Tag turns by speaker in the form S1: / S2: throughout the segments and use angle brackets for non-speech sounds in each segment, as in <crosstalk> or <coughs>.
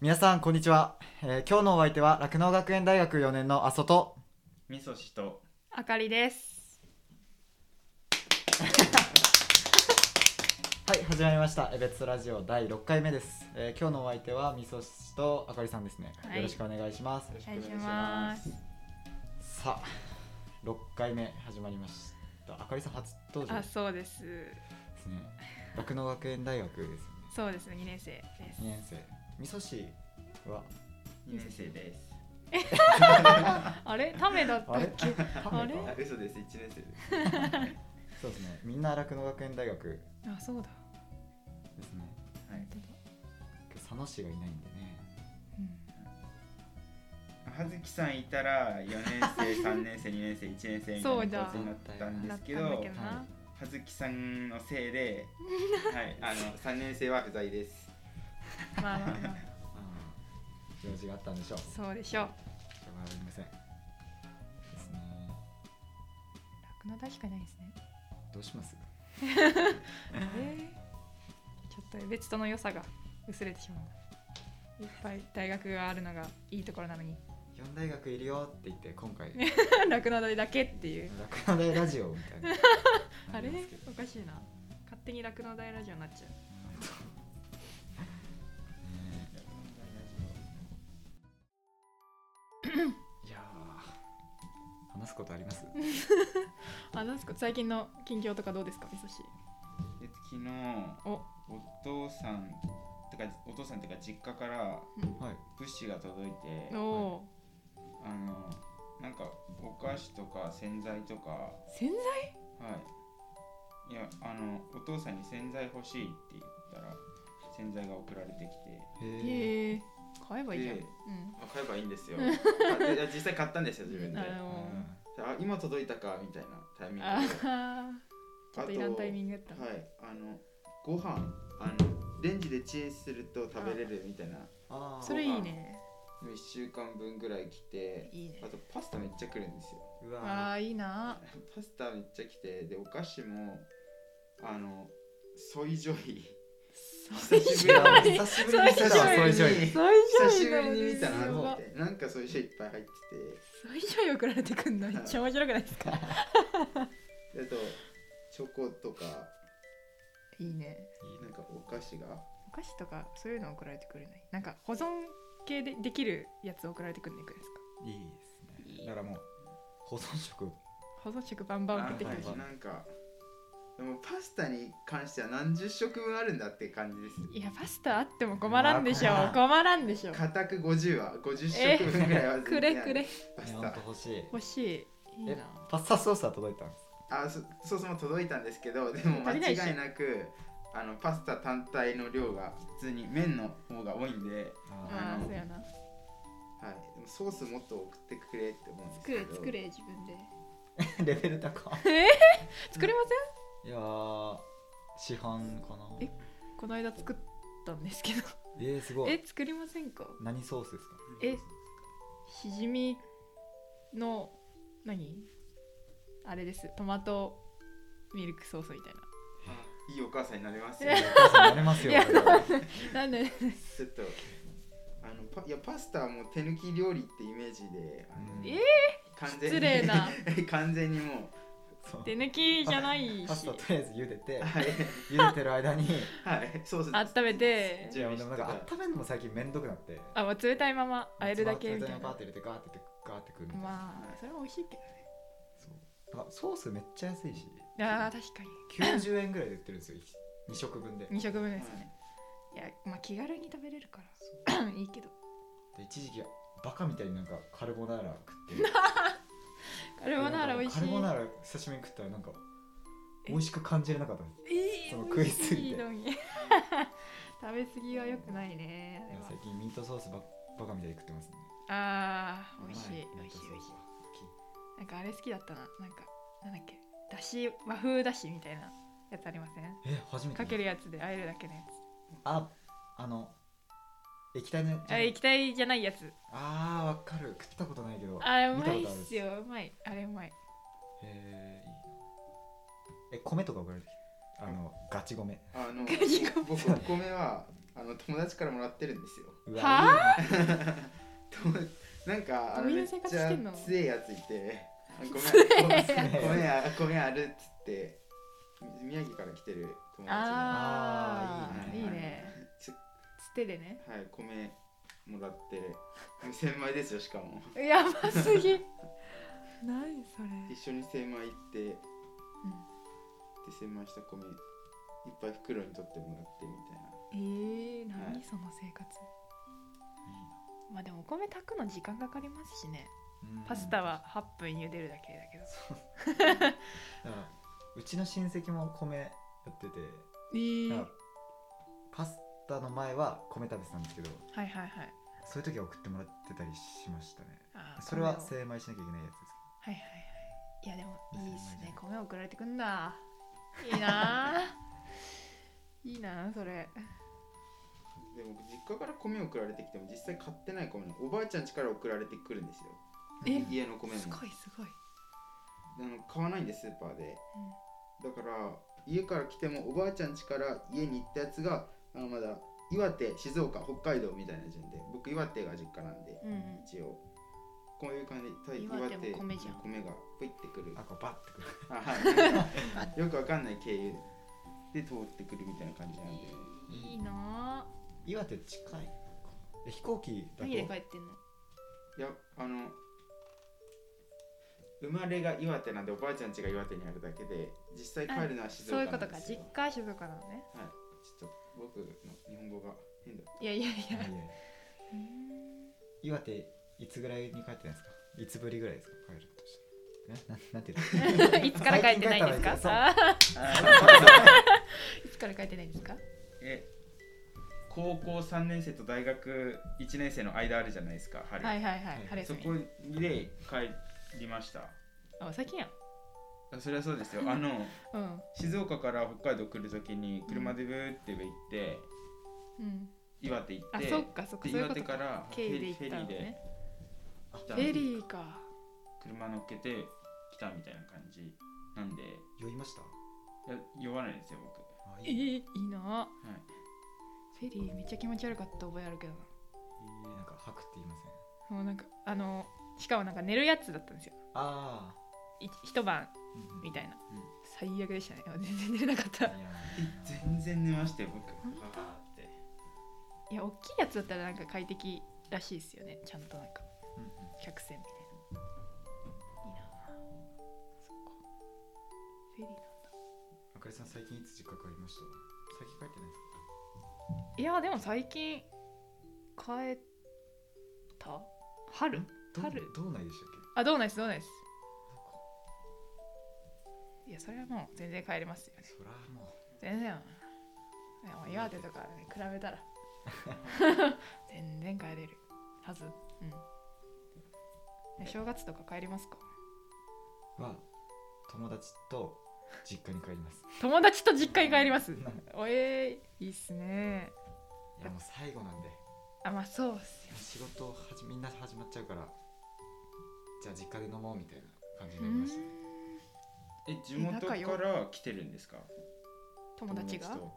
S1: 皆さんこんにちは、えー今日のお相手は酪農学園大学4年の阿蘇と
S2: みそしと
S3: あかりです。
S1: はい始まりました「えべつラジオ」第6回目です、えー今日のお相手はみそしとあかりさんですね、
S3: はい
S1: よろしくお願いします
S3: お願いします。
S1: さあ6回目始まりましたあかりさん初登場
S3: あ、
S1: で
S3: そうです。
S1: すね酪農学園大学ですよね
S3: そうですね、二年生です
S1: 2。年生みそしは
S2: 2年生です
S3: あれ、ためだった
S1: あ
S3: っ
S1: れ
S3: け。
S1: あ
S3: れ
S2: あ嘘です1年生です
S1: そうですねみんな酪農学園大学
S3: あ、そうだ。
S1: ですね
S2: はい
S3: 本当だ
S1: 佐野氏がいないんでね
S3: うん
S2: 葉月さんいたら4年生3年生2年生1年生みたいなことになったんで
S3: だ
S2: す
S3: ったん
S2: け
S3: だけ
S2: ど
S3: どな。
S1: は
S2: 葉月さんのせい
S3: <laughs>
S2: ではいあの3年生は不在です
S3: まあまあまあ、
S1: あー用事があったんでしょう
S3: そうでし
S1: しょう
S3: ょう。
S1: がありませんですね
S3: 楽の大しかいないですね。
S1: どうします
S3: えー、ちょっと別との良さが薄れてしまう。いっぱい大学があるのがいいところなのに、
S1: 四大学いるよって言って今回
S3: <laughs> 楽の大だけっていう。
S1: 楽の大ラジオみたい <laughs> な
S3: あれ
S1: りますけど、
S3: おかしいな。勝手に楽の大ラジオになっちゃう。
S1: ねえいやー話すことあります
S3: あ、なんですか、最近の近況とかどうですか、みそし。
S2: で昨日
S3: お、
S2: お父さんとかお父さんとか実家から
S1: はい
S2: 物資が届いて
S3: おお
S2: あのなんかお菓子とか洗剤とかは
S3: ー、洗剤。
S2: いいやあのお父さんに洗剤欲しいって言ったら洗剤が送られてきて
S1: へえ
S3: へえ買えばいいじゃん、
S2: で
S3: うん
S2: あ買えばいいんですよあでいや実際買ったんですよ自分で
S3: あの
S2: あ今届いたかみたいなタイミングで
S3: あーちょっといらんタイミングやったな
S2: はいあのご飯あのレンジでチンすると食べれるみたいな
S1: あー
S3: それいいね
S2: 1週間分ぐらい来て
S3: いいね
S2: あとパスタめっちゃ来るんですよ
S1: うわ
S3: あーいいな
S2: パスタめっちゃ来てでお菓子もあのソイジョイ
S3: そ
S2: 久しぶり
S1: ー
S2: だ
S3: い
S1: 久しぶりに見た
S3: そ
S1: なそ
S3: れ
S1: ういうジョイ
S2: 久
S3: 久
S2: しぶりに見たな
S3: な
S2: と思っ
S3: の
S2: てなんかソイジョイいっぱい入ってて
S3: そういう醤油送られてくんのめっちゃ面白くないですか
S2: であとチョコとか
S3: いいね
S2: なんかお菓子が
S3: お菓子とかそういうの送られてくれないなんか保存系でできるやつ送られてくんないくないですか
S1: いいですねだからもう保存食
S3: 保存食バンバン送ってきてほし
S2: あなんかでもパスタに関しては何十食分あるんだって感じです
S3: いいやパスタあっても困らんでしょ
S1: まあ困
S3: 困らんでしょ
S2: 固く50は50食分ぐらいは全然
S3: くれくれ
S2: パ
S1: ね
S2: ス
S1: ほん
S2: タ
S1: と欲しい
S3: 欲しいいい
S1: え
S3: な
S1: パスタソースは届いたんです
S2: あそソースも届いたんですけどでも間
S3: 足りないし
S2: 違いなくあのパスタ単体の量が普通に麺の方が多いんで,、
S1: あ
S3: ああそうやな
S2: はい、でもソースもっと送ってくれって思うんです
S3: 作
S2: け
S3: れ
S2: ど
S3: 作れ自
S1: ー
S3: 分で
S1: レベル高
S3: えー、作れませ
S1: いやー市販かな
S3: えんこの間作ったんですけど
S1: えー、すごい
S3: え作りませんか
S1: 何ソースですか
S3: えしじみの何あれですトマトミルクソースみたい
S2: あいいお母さんになれます
S1: い
S2: よ
S1: やお母さんなれますよ
S3: いや
S1: これは
S3: ななんで
S2: ちょっとあのパいやパスタはもう手抜き料理ってイメージで、あの
S1: うん
S3: え
S2: 完全に
S3: 失礼な
S2: <laughs> 完全にも
S1: そう
S3: 手抜きじゃない
S1: パス
S3: し
S1: タとりあえず茹でて
S2: うはい
S1: 茹でてる
S3: <laughs>
S1: 間に
S2: はいソース
S3: 温めて
S1: いやでもなんか温めるのも最近めんどくなって
S3: あもう冷たいままあえるだけみたい
S1: パー
S3: な
S1: って入れてガーってやってガーってくるみたいな、
S3: まあそれは美味しいけどね
S1: そうなんかソースめっちゃ安いし
S3: あー確か
S1: 90円ぐらいで売ってるんですよ2食分で
S3: に2食分ですねいやまあ気軽に食べれるから <coughs> いいけど
S1: で一時期バカみたいになんかカルボナーラ食っ
S3: <laughs>
S1: て
S3: カルボナーラ美味しい
S1: カルボナーラ久しぶりに食ったらなんか美味しく感じれなかったんです
S3: え
S1: そ
S3: ー、
S1: の
S3: 美味し
S1: 食いすぎて
S3: いのに <laughs> 食べ過ぎは良くないねあれは
S1: 最近ミートソースばバカみたいに食ってますね
S3: あー美味しい
S1: は
S3: 美味しい
S1: ミー
S3: 美
S1: ト
S3: 味
S1: ソー
S3: し
S1: ス
S3: い
S1: は
S3: なんかあれ好きだったななんかなんだっけだし和風だしみたいなやつありません
S1: え初めて
S3: かけるやつであえるだけのや
S1: ああの液体の
S3: つあ液体じゃないやつ
S1: あーわかる食ったことないけど
S3: あれう
S1: 見
S3: ま
S1: たこ
S3: いっ
S1: とある
S3: すようまいあれうまい
S1: へえいいなえ米とか送られてきたあのガチ米
S2: あの
S3: ガチ米
S2: 僕お米はあの友達からもらってるんですよ
S1: ううわ
S3: はい
S1: い
S2: となんかあ
S3: ど
S2: の
S3: うい
S2: め
S3: う
S2: っ
S3: 生活
S2: ちゃ
S3: してんの
S2: 強えやついてあ
S3: <laughs>
S2: ごめん
S3: 強
S1: えやつ
S2: ごめんあごめんあるっつって宮城から来てる友達が
S3: あ
S1: あ
S3: あ
S2: ー
S3: いい
S2: いいね
S3: ね
S2: つ
S3: つてでね <laughs>
S2: はい米もらって千枚ですよしかも
S3: やばすぎ何それ
S2: 一緒に精米行ってで精米した米いっぱい袋に取ってもらってみたいな
S3: えー、
S2: は
S3: 何
S2: い
S3: その生活まあでもお米炊くの時間かかりますしね
S1: いいな
S3: パスタは8分茹でるだけだけど
S1: うんだからうちの親戚も米やってて
S3: えー
S1: だか
S3: は
S1: らパスタの前は米食べてたんですけど
S3: いはいはい
S1: そういう時は送ってもらってたりしましたね
S3: あー
S1: それは
S3: 米を
S1: 精米しなきゃいけないやつです
S3: はいはいはいいやでもいいっすね米送られてくんだいいなあいいなあそれ
S2: でも実家から米送られてきても実際買ってない米おばあちゃん家から送られてくるんですよ
S3: え
S1: うん
S2: 家の米も
S3: すごいすごい、
S2: あの買わないんでスーパーでだから家から来てもおばあちゃん家から家に行ったやつがあのまだ岩手静岡北海道みたいな順で僕岩手が実家なんで、
S3: うんうん
S2: 一応こういう感じで対
S3: 岩手も米じゃん
S2: 米がぷいってくる
S1: あこうバッてくる
S2: あはいよくわかんない経由で通ってくるみたいな感じなんで
S3: うん、いいなあ
S1: 岩手近いかえ飛行機だと
S3: 何で帰ってんの
S2: いやあの生まれが岩手なんでおばあちゃん家が岩手にあるだけで実際帰るのは静
S3: そういう
S2: 岡な
S3: こと
S2: ん
S3: か
S2: です
S3: 実
S2: よ
S3: 家静岡なのね
S2: ちょっと僕の日本語が変だ
S3: いやいやい
S1: い
S3: や
S1: やいや岩手いつぐらいに帰ってないですかいつぶりぐらいですか帰るとしたらえな <laughs> なんて言うの
S3: <laughs> いつから帰ってないんですか
S1: 最近帰った
S3: あ
S2: あ
S3: ーいつから帰ってないんですか
S2: え高校3年生と大学1年生の間あるじゃないですか春、
S3: はいはいはい
S1: い
S3: 春休
S2: そ
S3: み
S2: こで帰りました
S3: あ最近やん
S2: あそれはそうですよあ <laughs> の
S3: うん
S2: 静岡から北海道来る時に車でブーって上行って、
S3: うん
S2: 岩手行っ
S3: あ
S2: て
S3: そっかそっか
S2: で
S3: そうい
S2: 岩
S3: うこと
S2: 手
S3: か
S2: からフ
S3: 経由
S2: ェ
S3: で
S2: リー
S3: 行っ
S2: フェリ
S3: たの
S2: ーで
S3: ね
S2: 来
S3: フ
S2: た
S3: ェリーか
S2: 車乗っけて来たみたいな感じなんでい
S1: 酔いました
S2: や酔わないですよ僕
S1: あ
S3: えー、
S1: いい
S3: いいなあ
S2: はい
S3: フェリーめっちゃ気持ち悪かった覚えあるけどな
S1: ななんか吐くって言いません
S3: もうなんかあのしかもなんか寝るやつだったんですよ
S1: ああ
S3: い一晩みたいな、
S2: うん
S3: 最悪でしたね <laughs> 全然寝れなかった
S1: いや
S2: え全然寝ましたよ僕
S3: 本当
S2: わーって
S3: いや大きいやつだったらなんか快適らしいですよねちゃんとなんか
S1: ーうんうん
S3: 客船みたいないいなあそっかフェリーなんだ
S1: あかりさん最近いつ実家帰りました最近帰ってないです
S3: いやでも最近帰った春
S1: かど
S3: 春
S1: どうないでしたっ
S3: あどうないですどうないです
S1: け
S3: いやそれはもう全然帰れますよね
S1: そらも
S3: 全然いやもう岩手とかに比べたら全然帰れるはずうんえ正月とか帰りますか
S1: うは友達と実家に帰り <laughs> ます
S3: 友達と実家に帰ります
S1: い
S3: おえー、いいっすね
S1: やもう最後なんで
S3: あまあそうっすよ
S1: 仕事をはじみんな始まっちゃうからじゃあ実家で飲もうみたいな感じになりましたね
S2: え地元
S3: 仲
S2: か
S3: 良
S2: ら来てるんですか
S3: 友達が
S2: と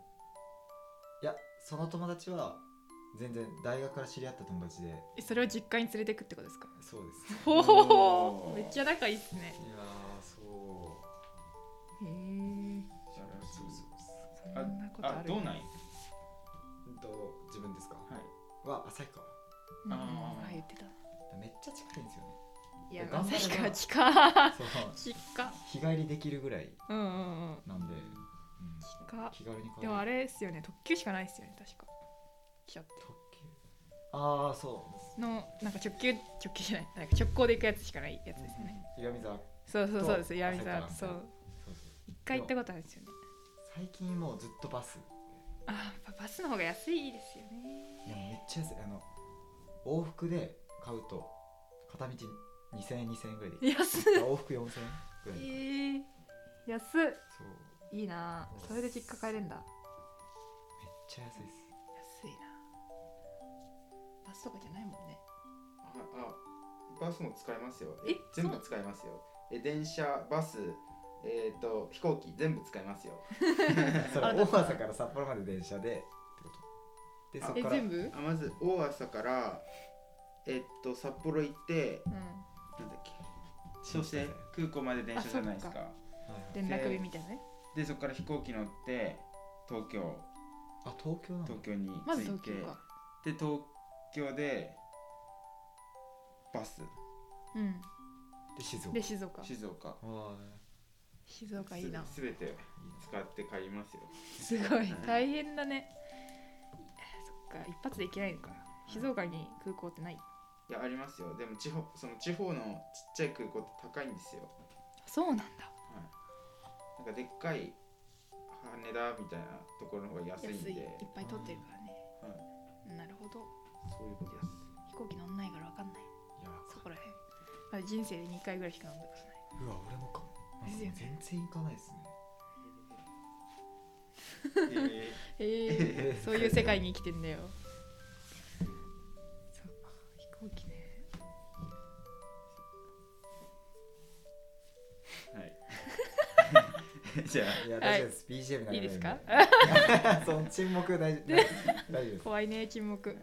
S1: いやその友達は全然大学から知り合った友達で
S3: えそれを実家に連れてくってことですか
S1: そうです
S3: ほほほ
S2: おー
S3: めっちゃ仲いいっすね
S1: いやーそう
S3: へえ
S2: 素晴らしい
S3: そんなことある
S2: あどうない
S1: うんと自分ですか
S2: はい
S1: は旭川
S3: うん
S2: あー
S3: あ言ってた
S1: めっちゃ近いんですよね
S3: いや
S1: 頑張れば
S3: 確か近
S1: そう
S3: 近
S1: 日帰りできるぐらい
S3: うんうんうん
S1: なんで、うん
S3: 近
S1: 気軽に帰る
S3: でもあれですよね特急しかないですよね確か来ちゃって
S1: 特急ああそうです
S3: のなんか直球直球じゃないなんか直行で行くやつしかないやつですよね、
S1: 岩見沢
S3: そうそうそうです
S1: と
S3: 岩見
S1: 朝
S3: 沢
S1: から
S3: そう
S1: そうそう
S3: 一回行ったことあるんですよね
S1: 最近もうずっとバス
S3: あやっぱバスの方が安いですよね
S1: いやめっちゃ安いあの往復で買うと片道2000円2000円ぐらいで
S3: 安っ
S1: 往復4000円ぐらい
S3: え
S1: で
S3: ー、安っ
S1: そうめっ
S3: いいなあそれで実家帰れんだ
S1: ちゃ安いです
S3: 安いなあバスとかじゃないもんね
S2: ああバスも使いますよ
S3: え
S2: 全部
S3: そう
S2: 使いますよえ電車バスえっ、と飛行機全部使いますよ
S1: それ
S3: あ
S1: 大
S3: だ
S1: 阪から札幌まで電車でってことでそっ
S3: え
S1: から
S3: 全部
S2: あまず大朝からえっと札幌行って
S3: うん
S2: なんだっけそして空港まで電車じゃないです
S3: あそ
S2: か
S1: はいはい
S3: 連絡日みたいなね
S2: でそこから飛行機乗って東京
S1: あ東京なんだ
S2: 東京に
S3: まず
S2: 着いて、
S3: 東京か
S2: で東京でバス
S3: うん
S1: で静岡
S3: で静岡
S2: 静岡
S1: わあ
S3: 静岡いいな
S2: すべて使って帰りますよ
S3: すごい大変だねそっか一発で行けないのか静岡に空港ってない
S2: いやありますよでも地方その地方のちっちゃい空港って高いんですよ
S3: そうなんだ
S2: なんかでっかい羽田みたいなところの方が安
S3: 安
S2: い
S3: い
S2: んで
S3: いっぱい取ってるからね
S2: はい、
S3: なるほど
S2: そういうことです
S3: 飛行機乗んないから分かんない
S1: いや
S3: そこらへんまだ人生で2回ぐらいしか乗ったことないう
S1: わ俺もかもなんか
S3: ですよね
S1: 全然行かないですね
S2: え
S3: <laughs> へえ <laughs> そういう世界に生きてんだよそっか飛行機ね
S2: ーはい
S3: <laughs>
S2: <laughs> じゃあ
S1: いや
S3: は
S1: 大
S3: い
S1: 丈夫です、BGM ない
S3: いですか <laughs>
S1: その沈黙大丈夫大丈夫です
S3: 怖いね沈黙
S1: いや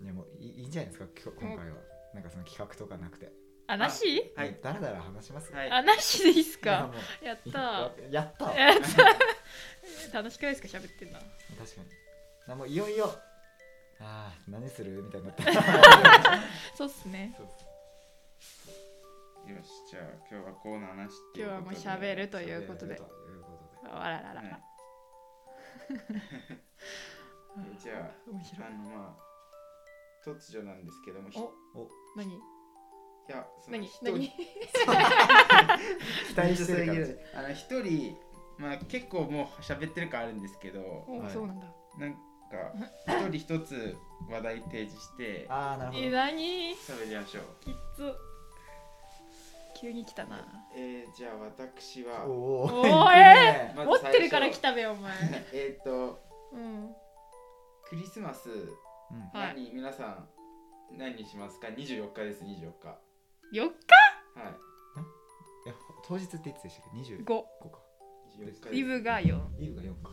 S1: ーいやもういいいいんじゃないですか今日今回はなんかその企画とかなくて
S3: あなし
S2: はい
S1: もうだらだら話しますよ
S2: はい
S3: あなしでいいっす
S1: いや
S3: か
S1: もう
S3: やった
S1: やったわ
S3: ーやったー楽しくないですか喋ってんな
S1: 確かにあもういよいよあー何するみたいにな
S3: <laughs>
S1: った
S3: そうっすね
S1: そう
S2: よしじゃあ今日はコーナーなしってい
S3: 今
S2: う
S3: 日
S2: こ
S3: は
S2: と
S3: も
S2: で
S3: う喋るということで
S1: ということで
S3: あららら
S2: はい
S3: <laughs> ら
S2: えじゃ
S3: 面白
S2: あ
S3: い
S2: のまあ突如なんですけどもひい
S3: お
S1: お
S3: 何
S2: やその
S3: 何
S2: 人
S3: 何
S1: 期待してる感じ
S2: あの一人まあ結構もう喋ってる感あるんですけど
S3: <laughs> お
S1: はい
S3: そうなんだ
S2: なんか一人一つ話題提示して
S1: ああなるほど
S3: え何
S2: 喋りましょう
S3: きっつ急に来たな
S2: えー、じゃあ私は
S1: おーいい
S3: おー
S1: ね
S2: まず
S3: 持っ
S2: 最初
S3: てるから来たべお前
S2: えっと
S3: うん
S2: クリスマス
S1: うん
S3: はい
S2: 何、皆さん何にしますか24日です24日は
S3: 4
S1: いや当日っていつでしたっけ
S3: 日
S1: 25
S3: 5
S1: か
S2: い24日です
S3: イブが4
S1: イブが4か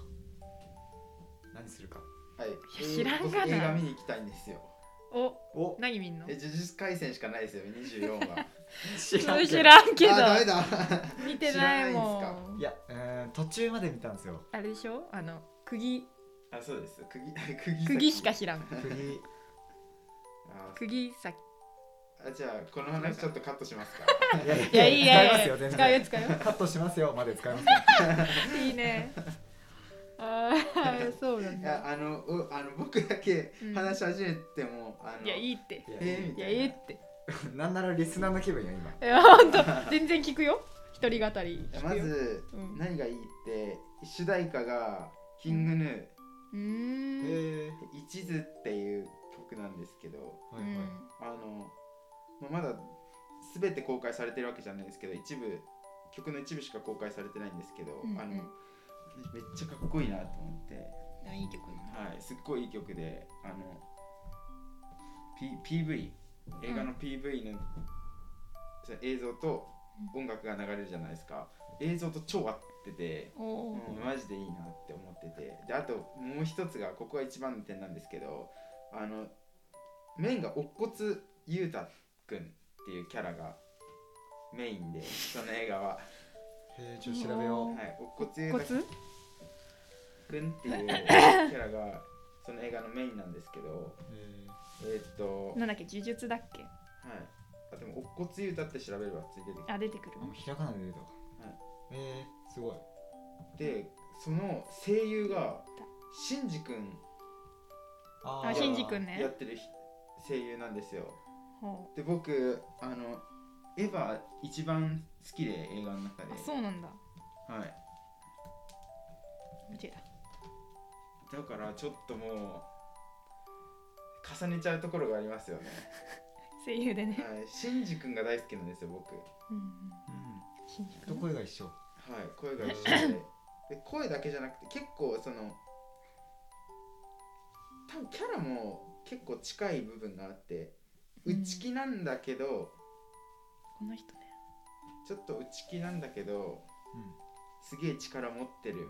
S1: 何するか
S2: はい
S3: や知らんがな
S2: 僕映画見に行きたいんですよ
S3: お
S1: お
S3: 何見んの <laughs>
S2: え呪術廻戦しかないですよ24は
S1: 知
S3: 知らんけど
S2: あダメだ
S3: 見てないも
S2: 知らない
S3: ん
S1: いや、えー、途中まで見たんですよ。
S3: あれでしょあの釘
S2: あそうです釘 <laughs> 釘
S3: 釘しか知らん <laughs>
S1: 釘、
S2: あ
S3: 釘さ
S2: あじゃあこの話ちょっとカットします
S3: <laughs>
S2: か
S1: いや
S3: いやいいや
S1: 使
S3: いや
S1: いますよ、全
S3: 使うよ
S1: 然。
S3: 使うよ
S1: カットしますよ、まで使いますよ。
S3: いいねああそうなん
S2: い
S3: だ
S2: やあのおあの僕だけ
S3: うん
S2: 話し始めても、あの
S3: いや
S2: い
S3: いいって <laughs>
S1: いや
S2: えーみ
S3: い
S2: た
S3: や
S2: い
S3: え
S2: な
S3: えって
S1: なんならリスナーの気分よ、今。
S3: いやほんと全然聞くよ一人語り聞くよ
S2: まず、
S3: うん
S2: 何がいいって主題歌がキングヌー、
S3: うーん、
S1: え
S2: 一途っていう曲なんですけど
S1: ー、は
S3: う
S1: いはい。
S3: ん
S2: あの、まあ、まだ全て公開されてるわけじゃないですけど一部曲の一部しか公開されてないんですけど、
S3: うんうん
S2: あのめっちゃかっこいいなと思って、
S3: あいい曲だな
S2: はい、すっごいいい曲であの、P、PV 映画の PV の、その映像と音楽が流れるじゃないですか映像と超合ってて。
S3: おおー、
S2: うんマジでいいなって思っててであともう一つがここが一番の点なんですけどあのメインが乙骨裕太くんっていうキャラがメインでその映画は、は
S1: えー、ちょっと調べよ
S3: う
S1: う。
S3: ん
S2: い、乙骨裕
S3: コ
S2: 太
S3: ツ
S2: くんっていうキャラがその映画のメインなんですけど
S1: え
S2: えーっと、はい、
S3: なんだっけ呪術だっけ
S2: あでも乙骨裕太って調べればついてて
S3: あ出てくる
S1: ー、あ、もうひらがなで出たわ。
S2: はい
S1: えー、すごい。
S2: でその声優がシンジくん
S1: あ
S3: あしんじくん
S2: や
S3: ね
S2: ってるひ声優なんですよ
S3: ほう
S2: で僕あのエヴァ一番好きで映画の中で
S3: あそうなんだ
S2: はい、
S3: 間違えた
S2: だからちょっともう重ねちゃうところがありますよね、
S3: 声優でね、
S2: はい、シンジ君が大好きなんですよ僕は
S3: うんうん、
S1: う
S3: 新宿
S1: ん。どこが一緒。
S2: い声が一
S3: <laughs>
S2: 緒でで声だけじゃなくて結構その多分キャラも結構近い部分があって内気なんだけど、
S3: この人ね
S2: ちょっと内気なんだけど
S1: うん。
S2: すげえ力持ってるみたい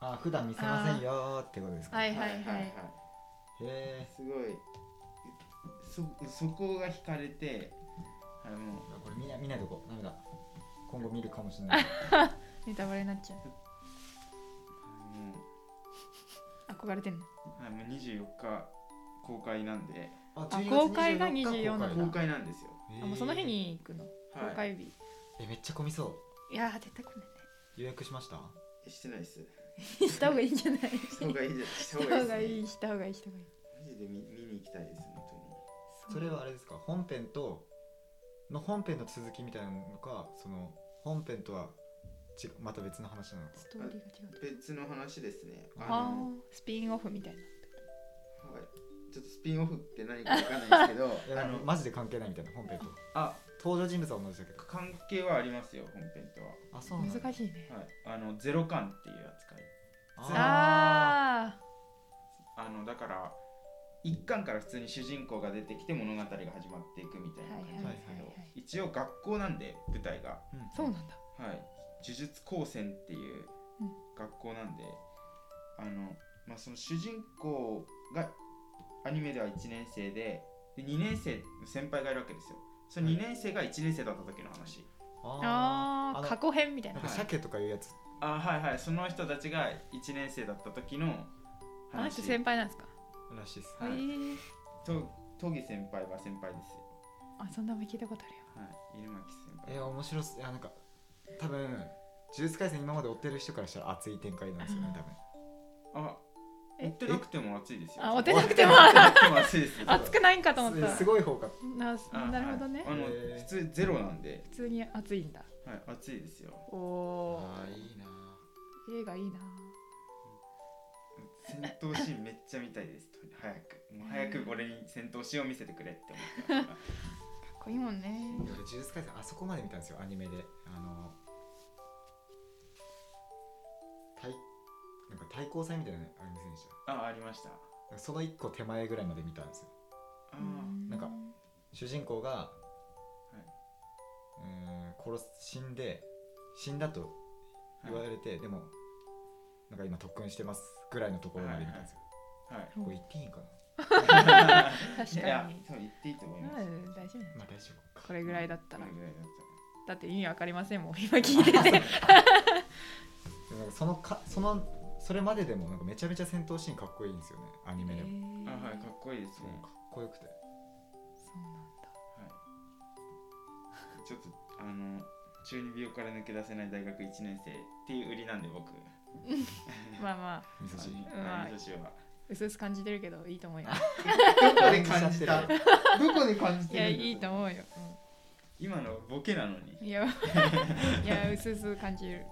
S2: な
S1: あ普段見せませんよーってことですか、
S3: は
S1: へ
S3: いはいはい、
S1: え
S2: すごいそそこが惹かれてあのもう
S1: これ見ない見ないとこダメだ今後見るかもしれない
S3: ネタバレになっちゃう
S2: も
S3: 憧れてんの
S2: うはいもう24日公開なんで
S1: あ
S3: 公開が24なんだ
S2: 公開なんですよ
S1: へー
S3: あもうその日に行くの公
S2: はい
S3: 開日、
S1: えめっちゃ混みそ
S3: い、やー絶対来ないう
S1: 予約しました
S2: えしてないです
S3: ねした方がいいんじゃない
S2: した方がいいじゃん
S3: した方
S2: で
S3: が
S2: すね
S3: いいした方がいいした方がいい
S2: マジで見見に行きたいです本
S1: それはあれですか本編との本編の続きみたいなのかその本編とは違うまた別の話なのか
S3: ストーリーが違うと
S2: 当に別の話ですねあの
S3: あースピンオフみたいな
S2: はいちょっとスピンオフって何かわかんないですけ
S3: <laughs>
S2: ど
S1: いやあ
S2: あ
S1: の
S2: の
S1: マジで関係ないみたいな本編と
S2: あ
S1: 登場人物は同じだけど
S2: 関係はありますよ本編と
S1: あそうなんだ
S3: 難しいね
S2: ははいあのゼロ感っていう扱い
S1: あ
S3: ああ
S2: あのだから一巻から普通に主人公が出てきて物語が始まっていくみたいな感じなんですけど、
S3: はいはいはいはい
S2: 一応学校なんで舞台が、
S1: ー、
S3: そう
S1: う
S3: なんんだ
S2: はい、呪術高専っていう
S3: うん
S2: 学校なんで、あのまあ、その主人公がアニメでは1年生でで2年生の先輩がいるわけですよその2年生が1年生だった時の話、
S1: あー
S3: あ
S1: あ
S3: あ
S1: の
S3: 過去編みたい
S1: な
S3: なん
S1: か鮭とかいうやつ
S2: あはいはいその人たちが1年生だった時の
S3: あの人
S2: 話
S3: 先輩なんですから
S1: しいっす、
S2: はい
S3: えー
S2: とトギ先輩は先輩ですよ
S3: あそんなも聞いたことあるよ
S2: はい入間木先輩
S1: えー、面白すいやなんか多分呪術廻戦今まで追ってる人からしたら熱い展開なんですよね多分
S2: あ、
S3: え
S2: 追ってなくても暑いですよ。
S3: あ追って
S1: なく
S3: ても
S2: 追ってなくても暑いですよ。
S3: 熱くないんかと思った
S1: すすごい方か
S3: な
S2: あ
S3: なるほどね
S2: はいあの
S1: へー
S2: 普通ゼロなんで、
S3: 普通に熱いんだ
S2: はい暑いですよ。
S3: おお
S1: あーいいな
S3: 映画いいな
S2: 戦闘シーンめっちゃ見たいです。早く、もう早くこれに戦闘シーンを見せてくれって思ってます
S3: かっこいいもんね
S1: 俺呪術廻戦あそこまで見たんですよアニメであの対なんか対抗戦みたいなのありませんでした
S3: <laughs>
S2: あ、ありました。
S1: なんかその一個手前ぐらいまで見たんですよ
S2: あ
S3: う
S2: ー、
S1: なんか主人公が、うーん殺す死んで死んだと言わ
S2: はい
S1: れて、でもなんか今特訓してますぐらいのところまで見たんですよ、
S2: はい。
S3: はいはい
S1: これ言っていいんかな
S3: 確
S2: い
S3: か
S2: や
S3: に、
S2: 多分言っていいと思います。
S3: うん大丈夫
S1: まあ大丈夫か
S3: これぐらいだった
S2: こ
S3: ら
S2: れぐらいだっ
S3: だって意味わかりませんもん今聞いてて
S1: でもなんかそのかそのそれまででもなんかめちゃめちゃ戦闘シーンかっこいいんですよねアニメでも、
S2: たら。あ、はい、
S3: えー
S2: かっこいいです
S1: そう
S2: ね。
S1: かっこよくて
S3: そうなんだ
S2: はい。ちょっと、あの、中二病から抜け出せない大学一年生っていう売りなんで、僕。
S3: まあま
S1: 味噌汁
S3: うん
S2: はい、味噌汁は。
S3: あ薄々感じてるけどいいと思うよ
S2: どこで感じたどこで感じ
S3: い
S2: て
S3: や
S2: る
S3: いいと思うよ、
S2: 今のボケなのに
S3: うん、 <laughs> いやいや薄々感じる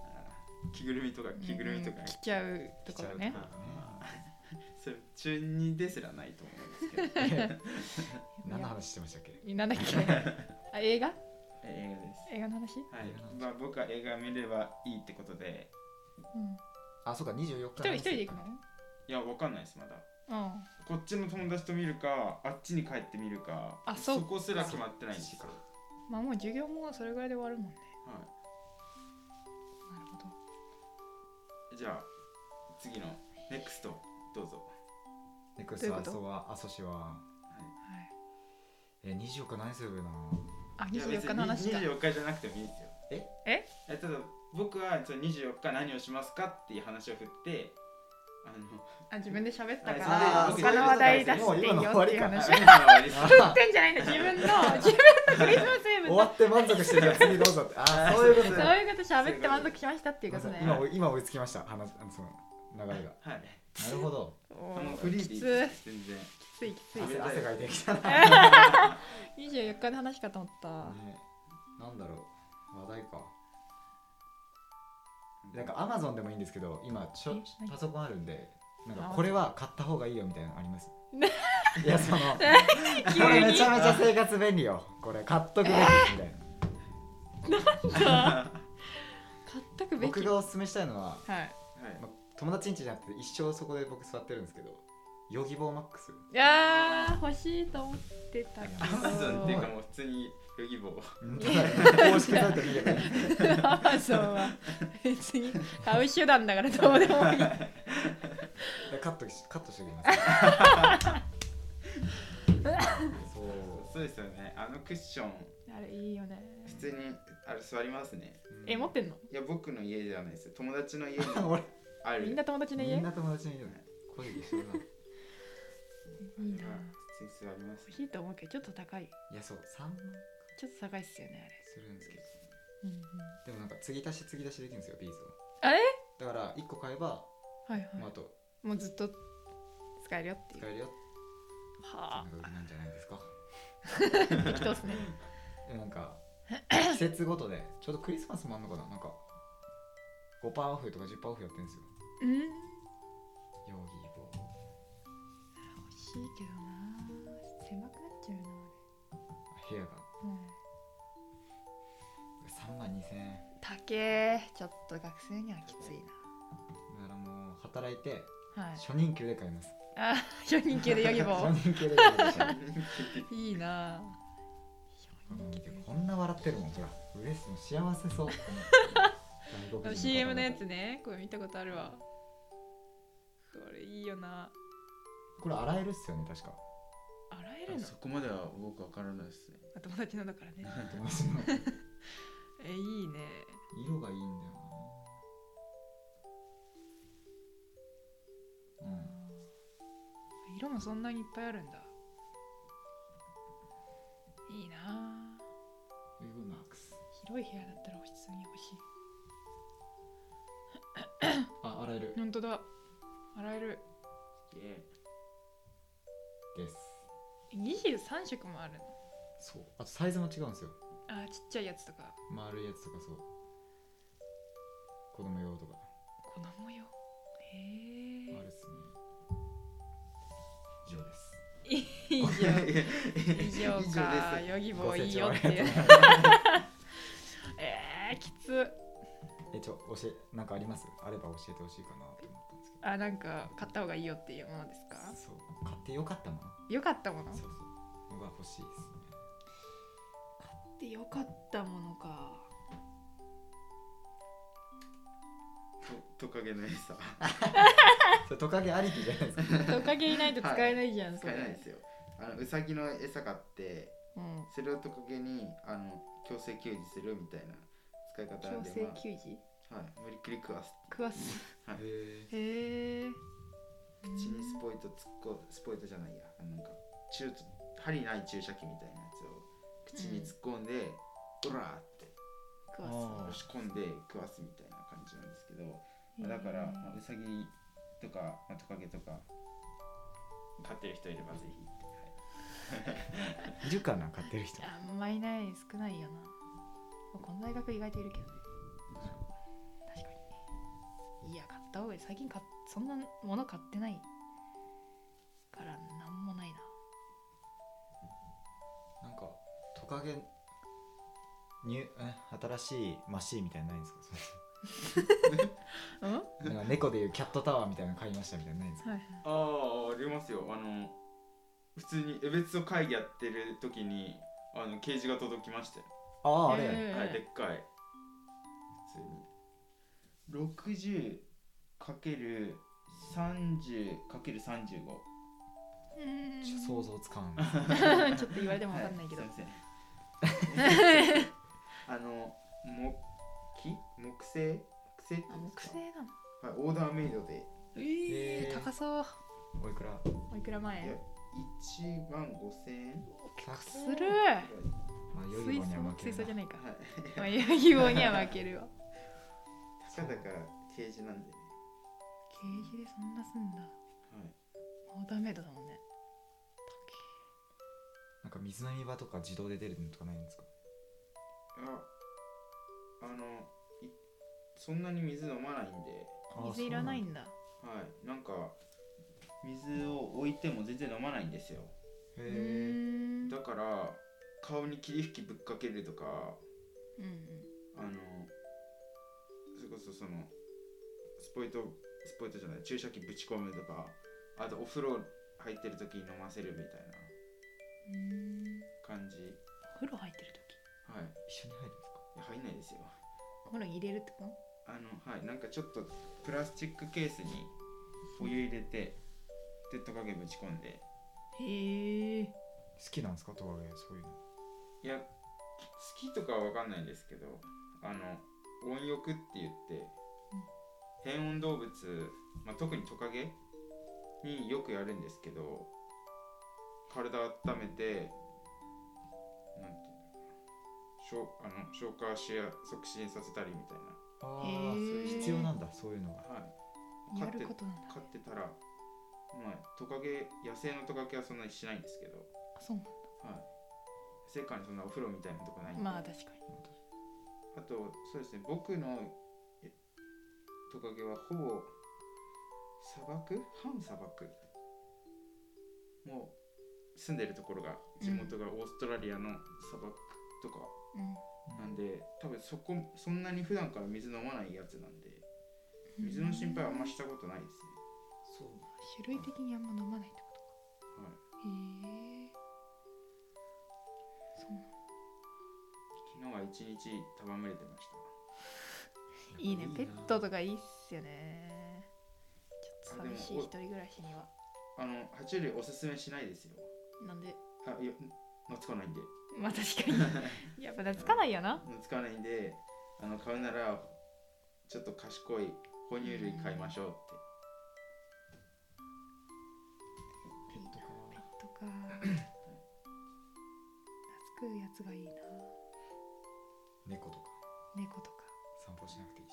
S2: 着ぐるみとか着ぐるみとか、
S3: うん来ちゃうところね
S1: 来ちゃうとこ
S2: あーそれ中二ですらないと思うんです <laughs> けど
S1: 何の話してましたっけ
S3: なんだっけ <laughs> あ映画
S2: え映画です
S3: 映画の話、
S2: はい
S1: 映画なん、だ
S2: まあ、僕は映画見ればいいってことで
S3: うん、
S1: あそうか24
S3: 一
S1: 日
S3: 人一人で行く
S2: いやわかんないですまだ
S3: の
S2: こっちの友達と見るかあっちに帰って見るか
S3: あそうか
S2: こすら決まってないんですよ
S1: そっ
S3: うんまあもう授業もそれぐらいで終わるもんね
S2: は
S3: なるほど
S2: い、じゃあ次のネクストどうぞ、
S1: ネク
S3: ど
S1: ス
S3: ういう
S1: ト
S3: こ
S1: ア
S3: と
S1: ソはアソシは
S3: はい
S1: え24日何するな
S3: <laughs>
S1: <laughs>
S3: あ
S2: いや別に
S3: 24日の話だ
S2: 24日じゃなくてもいいですよ
S1: え
S3: え
S2: えただ僕はその24日何をしますかっていう話を振ってあの
S3: あ自分で喋ったか
S1: あ
S3: ら
S1: ー
S3: 他の話題出していいよ
S1: もう
S3: っていう
S1: 今の
S2: 話
S3: 話振
S2: を
S3: っ
S2: 終わりです
S1: あ
S3: てんじゃないんだ
S2: <laughs>
S3: 自分の自分のクリスマスイブ
S1: 終わ
S3: の
S1: って満足してるから次どうぞってああそういうこと
S3: そ
S1: ね
S3: ういうこと喋って満足しましたっていうことね
S1: 今追い今追いつきました話あのその流
S3: <laughs>
S1: れが
S2: はい
S1: なるほど
S3: お
S2: あの
S3: ー
S2: フリーでい
S3: き
S2: い
S3: つ
S2: です全然
S3: きついきつ
S1: <laughs>
S3: い
S1: 汗汗かいてきたな、
S3: 24日の話かと思った、
S2: <laughs>
S1: ね、なんだろう話題かなんかアマゾンでもいいんですけど今ちょ
S3: え何
S1: パソコンあるんでなんか
S3: Amazon
S1: これは買った方がいいよみたいなのあります
S3: <laughs>
S1: いやそのこ
S3: 急
S1: れめ
S3: に
S1: ちゃめちゃ生活便利よこれ買っとくべき
S3: <laughs>
S1: みたいな
S3: 買っとくべき
S1: 僕がおすすめしたいのは
S3: はい
S2: はい
S1: ま友達ん家じゃなくて一生そこで僕座ってるんですけどヨギボーマックス
S3: いやー欲しいと思ってたけど
S2: アマゾンっていう
S3: <laughs>
S2: かもう普通にヨギボー
S1: <laughs> 公式サイト見ればいい
S3: アマゾンは別に買う手段だからどうでもいい
S1: カットしカットしておき
S3: <laughs>
S1: ますそう
S2: そうですよねあのクッション
S3: あれいいよね
S2: 普通にあれ座りますね
S1: うん
S3: え持ってんの
S2: いや僕の家じゃないです友達 <laughs> の家に
S1: 俺
S2: ある
S3: みんな友達の家い
S1: み
S3: い
S1: ん
S3: な
S1: な友達に言うね声一緒だな
S2: 普通に座ります
S3: 欲しいと思うけどちょっと高い
S1: いやそう3万
S3: ちょっと高いっすよねあれ
S1: するんですけど
S3: うんうん
S1: でもなんか継ぎ足し継ぎ足しできるんですよビーズを
S3: あれ
S1: だから1個買えば、
S3: はいはい、
S1: まあ、あと
S3: もうずっと使えるよっていう
S1: 使えるよ
S3: は
S1: っていうのが売りなんじゃないですか
S3: あ適当っすね
S1: でもなん
S3: <laughs>
S1: か季節ごとでちょうどクリスマスもあんのかななんか5%オフとか10%オフやってるんですよ
S3: うん
S1: ヨギボー
S3: 欲しいけどな狭くなっちゃうな
S1: 部屋が
S3: 俺、うん、
S1: 3万2000円
S3: 高えちょっと学生にはきつい
S1: だからもう働いて
S3: なはい
S1: 初任給で買います
S3: あ4人級でヨギボー
S1: <laughs> 初任給で買いました
S3: いいな
S1: うん見てこんな笑ってるもんほらウエスも幸せそうこの
S3: <laughs>
S1: 外国人の方々
S3: CM のやつねこれ見たことあるわこれいいよな
S1: これ洗えるっすよね確か
S3: 洗えるの
S2: そこまでは僕わからないですね
S3: 友達のだからね
S1: 友達の
S3: えいいね
S1: 色がいいんだよなうん
S3: 色もそんなにいっぱいあるんだいいな
S1: ウェブマークス
S3: 広い部屋だったら普通に欲しい
S1: あ洗える
S3: 本当だ洗える
S1: です
S3: 23色もあるの
S1: そうあとサイズも違うんですよ
S3: あーちっちゃいやつとか
S1: 丸いやつとかそう子供用とか
S3: 子供用
S1: あ
S3: へ
S1: る
S3: え
S1: っすね以上です
S3: 以上 <laughs> 以
S2: 以
S3: 上かヨギボーいいよっていうえー、きつ
S1: えちょ教えなんかありますあれば教えてほしいかなと思ったんですけど
S3: あなんか買った方がいいよっていうものですか
S1: そう買ってよかったもの
S3: 良かったもの
S1: そうそうのが欲しいですね
S3: で良かったものか
S2: トカゲの餌
S1: それトカゲありきじゃないですか
S3: トカゲいないと使えないじゃん、そ
S2: 使
S3: れ
S2: えないですよあのウサギの餌買って
S3: うん
S2: それをトカゲにあの強制給餌するみたいな使い方
S3: 強
S2: で、
S3: 制
S2: ま
S3: 給餌
S2: あはい、無理くり食わす
S3: 食わす
S2: はい
S1: へ
S3: へ <laughs> え
S2: 口にスポイト突っこスポイトじゃないやあのなんか中針ない注射器みたいなやつを口に突っ込んで、ドラーって
S3: 食わ
S1: あ
S2: 押し込んで食わすみたいな感じなんですけど、まあだから、まあ、ウサギとか、まあ、トカゲとか飼ってる人いればぜひ、はい
S1: いるかな買ってる人
S3: すあんまいない少ないよなこの大学意外といるけどね確かにいや買った方がいい最近買っそんなもの買ってないからなんもないな
S1: なんかトカゲニュえ新しいマシーンみたいなのないんですか
S3: うんは
S1: その <laughs> なんか猫でいうキャットタワーみたいなの買いましたみたいなのないんですか
S3: い
S2: ああありますよあの普通に江別と会議やってる時にあのケージが届きましたよ、
S1: あああれ、
S3: え
S2: はいで
S3: え
S2: っかい普通に 60×30×35
S3: うん
S1: ちょ想像つかん
S3: <laughs> ちょっと言われても分かんないけど、
S2: はい、すいませんあの木木木製木製って
S3: あ
S2: いうんで
S3: 木
S2: す
S3: 製
S2: か
S3: なの
S2: はいオーダーメイドで
S3: え
S1: え
S3: え
S1: ー
S3: 高そう
S1: おいくら
S3: おいくら
S2: いや
S3: 前
S2: 1万5000円
S3: 結構
S1: 高
S3: す
S1: い
S3: る <laughs>
S1: まあヨギ
S3: 水
S1: ボーには
S3: 槽
S1: 負ける
S3: 水槽じ
S1: な
S3: ゃないか、
S2: はい
S3: まあ、希望には負けるわ
S2: <laughs> ただからケージなんでね
S3: ケージでそんなすんだ
S2: はい
S3: オーダーメイドだもんね
S1: なんか水飲み場とか自動で出るのとかないんですか
S2: ああのいそんなに水飲まないんで
S1: あ
S3: 水いらないんだ
S2: はいなんか水を置いても全然飲まないんですよ
S1: そうなんだ
S3: う
S1: へえ
S3: ーん
S2: だから顔に霧吹きぶっかけるとか
S3: うんうん
S2: あのそれこそそのスポイトスポイトじゃない注射器ぶち込むとかあとお風呂入ってる時に飲ませるみたいな
S3: うん
S2: 感じ
S3: お風呂入ってる時
S2: はい
S1: 一緒に入るんですか
S2: いや入んないですよ
S3: お風呂に入れるってこ
S2: あのはいなんかちょっとプラスチックケースにお湯入れてでトカゲぶち込んで
S3: とへえ
S1: 好きなんですかトカゲそういうの
S2: いやき好きとかは分かんないんですけどあの温浴って言って変温動物、まあ、特にトカゲによくやるんですけど体温めてなんていうのかな消あの消化しや促進させたりみたい
S1: あ
S3: へー
S1: あ必要なんだそういうのが
S2: な、はい、
S3: や
S2: 飼って
S3: ることなんだ
S2: 飼ってたらまあトカゲ野生のトカゲはそんなにしないんですけど、
S3: あそう
S2: はい、世界にそんなお風呂みたいなとこないんで、
S3: まあ確かに
S2: あとそうですね僕のえトカゲはほぼ砂漠半砂漠もう住んでるところが地元がオーストラリアの砂漠とかなんで、多分そこそんなに普段から水飲まないやつなんで
S3: うん
S2: 水の心配はあんましたことないですね
S1: そう
S3: 種類的にあんま飲まないってこ、
S2: はい、
S3: とへえそうなんだ
S2: 昨日は一日戯れてました
S3: いいねペットと
S1: か
S3: かいいっすよねちょっと寂しい
S2: あでもお
S3: 一人暮らしには
S2: あの爬虫類おすすめしないですよ
S3: なんで <laughs>
S2: あいや懐かないんで
S3: まあ確かにやっぱ懐かないよな
S2: 懐かないんであの買うならちょっと賢い哺乳類買いましょうって
S1: ペットか
S3: ペットか懐くやつがいいな
S1: 猫とか
S3: 猫とか
S1: 散歩しなくていいし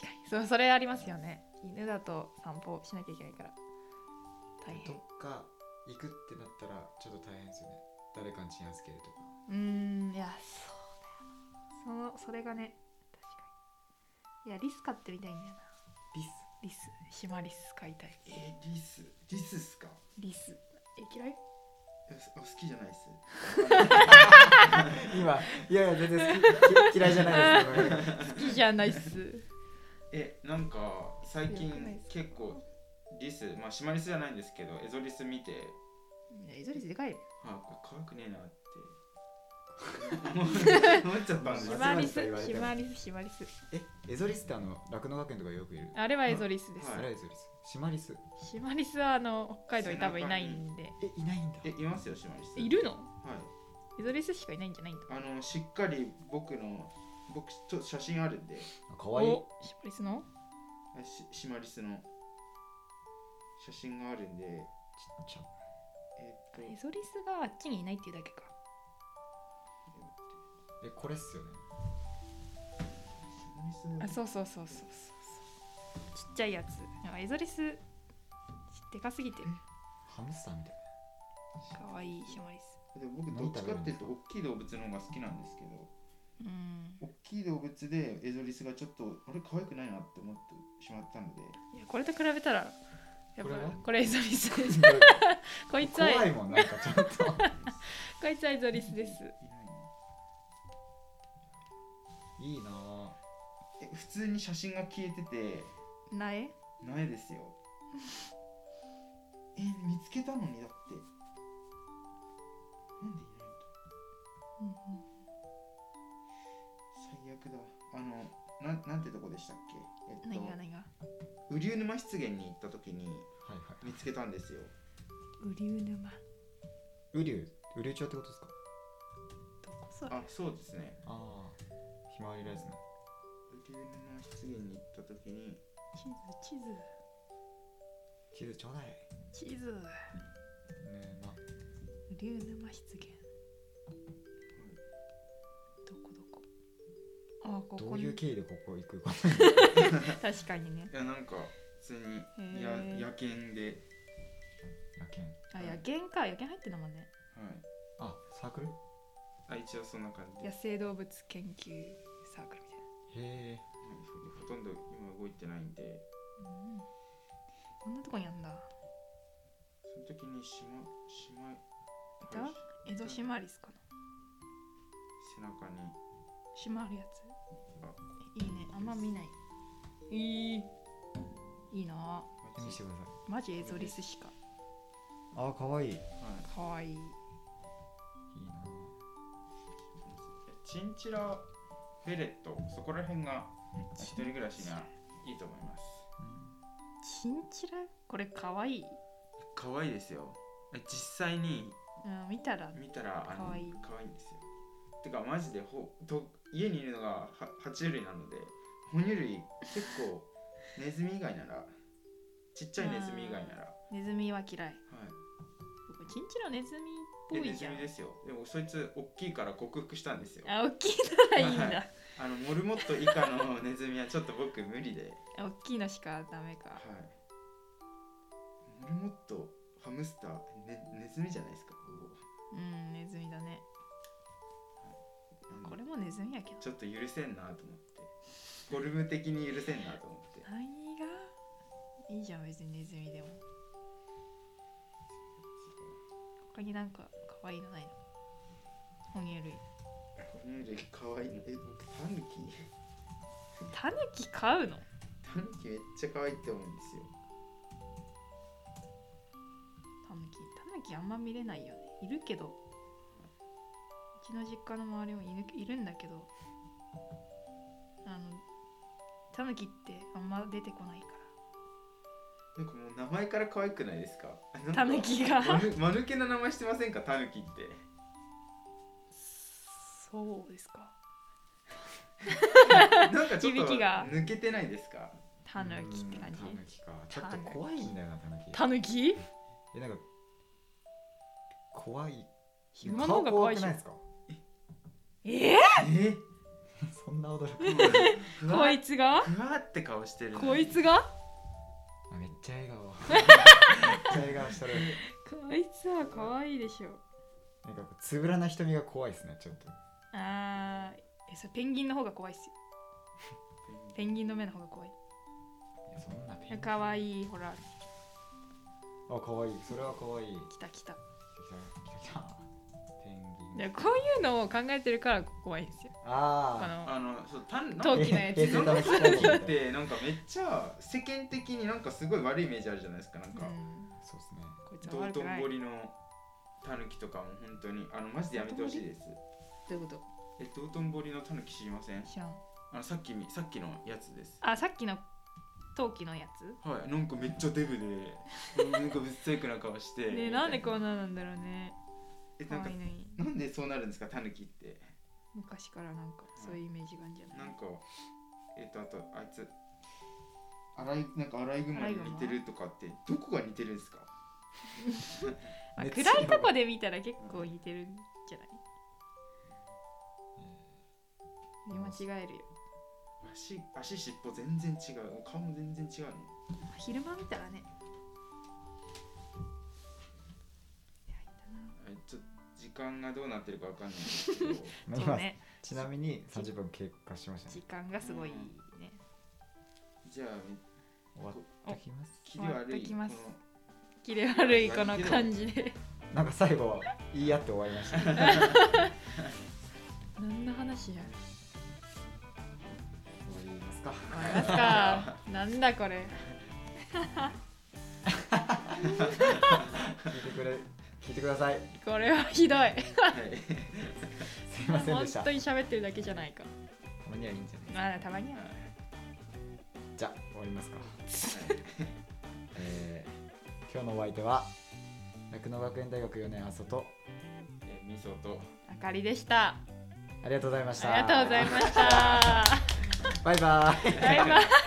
S3: 確かにそうそれありますよね犬だと散歩しなきゃいけないから大
S1: ど
S3: 変
S1: っか行くってなったらちょっと大変ですよね誰かにチン預けるとか
S3: うーんいやそうだよなそのそれがね確かにいやリス飼ってみたいんだよな
S1: リス
S3: リスシマリス飼いたい
S2: えリスリスっすか
S3: リスえ嫌い
S2: えすあ好きじゃないっす
S3: <laughs>
S1: 今いやいや全然好き嫌いじゃないですけど
S3: 好きじゃないっす
S2: えなんか最近
S3: よくないですか
S2: 結構リスまあシマリスじゃないんですけどエゾリス見て
S3: エゾリスでかいよ
S2: あこれ可愛くねえな
S3: <laughs>
S2: って思っちゃったんです
S3: シ
S1: シ
S3: マ
S1: マ
S3: リ
S1: リ
S3: ス
S1: ス
S3: シマリスシマリス
S1: えエゾリスってあの酪農学園とかよくいる
S3: あれはエゾリスです、
S2: はい
S1: あれはエゾリスシマリス
S3: シマリスはあの北海道に多分いないんで
S1: えいないんだ
S2: えいますよシマリス
S3: いるの
S2: はい
S3: エゾリスしかいないんじゃないんだ
S2: あのしっかり僕の僕ちょっと写真あるんで
S1: あかわいい
S3: おシマリスの
S2: あしシマリスの写真があるんでえ
S1: ちっちゃ
S2: っと
S3: エゾリスがあっちにいないっていうだけか
S1: えこれっすよね
S2: シマリスの
S3: あそうそうそうそうそうそうちっちゃいやつなんかエゾリスでかすぎて
S1: ハムスターみたい
S3: かわいいシマリス
S2: でも僕どっちかっていうと大きい動物の方が好きなんですけど
S3: うん
S2: 大きい動物でエゾリスがちょっとあれ可愛くないなって思ってしまったので
S3: いやこれと比べたらやっ
S1: こ
S3: ぱ
S1: れは
S3: これエゾリス <laughs> ですこいつは
S1: 怖いもんなんかちょっと
S3: こいつ <laughs> はエゾリスです
S2: いない
S1: いいなぁ
S2: なえ普通に写真が消えてて
S3: 苗
S2: ないですよ <laughs> え見つけたのにだってなんでいないの
S3: うんうん
S2: 最悪だあのなんなんてとこでしたっけえっ
S3: 何が
S2: と
S3: 何が
S2: 雨竜沼湿原に行った時に
S1: はいは
S2: 見つけたんですよ
S3: 雨竜沼
S1: い雨竜雨竜町ってことですか
S3: どこそれ
S2: あそうですね
S1: ああひまわりライスの
S2: 雨竜沼湿原に行った時に
S3: 地図
S1: 地図ちょうだいね
S3: 地図地図
S1: えま
S3: 雨竜沼湿原どこどこあこ
S1: ど
S3: こ
S1: ういう
S3: に
S1: 経緯でここ行くか
S3: <laughs> 確かにね
S2: いやなんか普通にや
S3: へー
S2: 野犬で、
S1: 野犬
S3: あ野犬か野犬入ってんだもんね
S2: は
S1: あサークルへ
S2: い、あ一応そんな感じで、
S3: 野
S2: はい
S3: 生動物研究サークルみたい
S1: え
S2: ほとんど今動いてないんで
S3: な、うん、こんなとこにあんだ
S2: その時にしましま
S3: いたエゾシマリスかな
S2: 背中に
S3: シマあるやつ
S2: あ
S3: いいねあんま見ないいいいいな
S1: 見せてください
S3: マジエゾリスしか
S1: あーかわいいいい
S2: はい
S3: かわいい
S1: な
S2: チンチラベレットそこら辺が一人暮らしにはいいと思います
S3: チンチラこれかわいい、
S2: 可愛いですよえ実際に
S3: うん、見たら
S2: 見たらあの
S3: 可愛い
S2: 可愛いんですよてかマジでほと家にいるのがは爬虫類なので哺乳類結構ネズミ以外ならちっちゃいネズミ以外ならは
S3: ネズミは嫌い
S2: い
S3: チンチラネズミっぽ
S2: で
S3: い
S2: ネ
S3: じ
S2: ズ
S3: ゃん
S2: ミですよでもそいつ大きいから克服したんですよ
S3: あ大きいならいいん
S2: はい
S3: だ
S2: あのモルモット以下のネズミはちょっと僕無理で
S3: あ大きいのしかダメか
S2: はい。モルモット、ハムスター、ね、ネズミじゃないですか。こ
S3: うんネズミだね
S2: うなんだ
S3: これもネズミやけど
S2: ちょっと許せんなと思って。フォルム的に許せんなと思って。
S3: 何がいいじゃん別にネズミでも他になんか可愛いのないの哺乳類
S2: 哺乳類可愛いの。え、僕タヌキ。
S3: タヌキ飼うの
S2: タヌキめっちゃ可愛いって思うんですよ。
S3: タヌキタヌキあんま見れないよねいるけどうちの実家の周りも犬いるんだけどあのタヌキってあんま出てこないか
S2: なんかもう名前から可愛くないですか。あなんから
S3: <laughs> タヌ。キが
S2: まぬ、まぬけな名前してませんか、タヌキって。
S3: そうですか
S2: なんかちょっと
S3: 響きが
S2: 抜けてないですか。
S3: タヌキって感じ
S1: うんタヌキかちょっと怖いんだよなタヌキ
S3: タヌキ
S1: えなんか怖い
S3: ヒグマの方が怖
S1: 顔怖
S3: い
S1: く
S3: し
S1: ないですか
S3: え
S2: え、
S1: <laughs> そんな驚く
S2: ふ
S3: ー、
S2: わ
S3: <laughs> こいつが
S2: ふわって顔してるのに。
S3: こいつが
S1: あめっちゃ笑
S3: <laughs>
S1: 顔めっちゃ笑顔してる
S3: こいつは可愛いでしょ
S1: なんかこうつぶらな瞳が怖いですねちょっと
S3: あーえそれペンギンの方が怖いっすよペンギンの目の方が怖い
S1: いやそんなペンギン
S3: 可愛いほら
S1: あ可愛いそれは可愛い
S3: 来た来た
S1: 来た来た来たペンギ
S3: で
S1: ン
S3: こういうのを考えてるから怖いんですよこ
S1: あ
S3: の
S2: あの、そう、タヌ。
S3: 陶器のやつ
S1: ええ
S2: なんか
S1: そうだ
S2: タヌキ
S3: <laughs>
S2: ってなんかめっちゃ世間的になんかすごい悪いイメージあるじゃないですかなんか
S3: うん
S1: あそうですね
S3: こいつは
S2: 道
S3: 悪くな
S2: 頓
S3: いど
S2: 堀のタヌキとかも本当にあのマジでやめてほしいです
S3: ういうこ
S2: え道頓堀のタヌキ知りません
S3: と知らん
S2: あのさっきみさっきのやつです
S3: あさっきの陶器のやつ
S2: はいなんかめっちゃデブでうんなんかぶっさいくな顔してみた
S3: ね
S2: い
S3: なんでこうなるんだろうね
S2: え
S3: 可
S2: なんか
S3: 愛いのに
S2: なんでそうなるんですかタヌキって
S3: 昔からなんかそういうイメージがあるんじゃ
S2: な
S3: ない
S2: んかえっとあとあいつアライなんかアライグマに似てるとかってどこが似てるんですか
S3: あ
S1: 熱
S3: 暗いとこで見たら結構似てるんじゃない見間違えるよ
S2: 足足尻尾全然違う顔も全然違うね
S3: 昼間見たらねいやいたな
S2: えちょっと時間がどうなってるかわかんないんです
S3: <laughs>
S2: けど
S1: まあ
S3: そう
S1: 今
S3: ね
S1: ちなみに30分経過しました
S3: 時
S1: ね
S3: 間がすごいね
S2: じゃあ
S1: 終わっときます
S2: 切り悪いこの
S3: 終わっときますキレ悪いこの感じで
S1: なんか最後言い合って終わりましたね
S3: 何の話や
S1: 終わりますか
S3: 終わりますかなんだこれ
S1: 聞いてくれ聞いてください
S3: これはひどい
S2: はい
S1: すいませんで
S3: 本
S1: した
S3: 当に喋ってるだけじゃないか
S1: たまにはいいんじゃない
S3: まあたまには
S2: はい
S1: じゃあ終わりますか
S2: はい
S1: えー今日のお相手は酪農学園大学4年あそと
S2: えみそと
S3: あかりでした
S1: ありがとうございました
S3: ありがとうございました
S1: バイバイ <laughs>
S3: バイバイ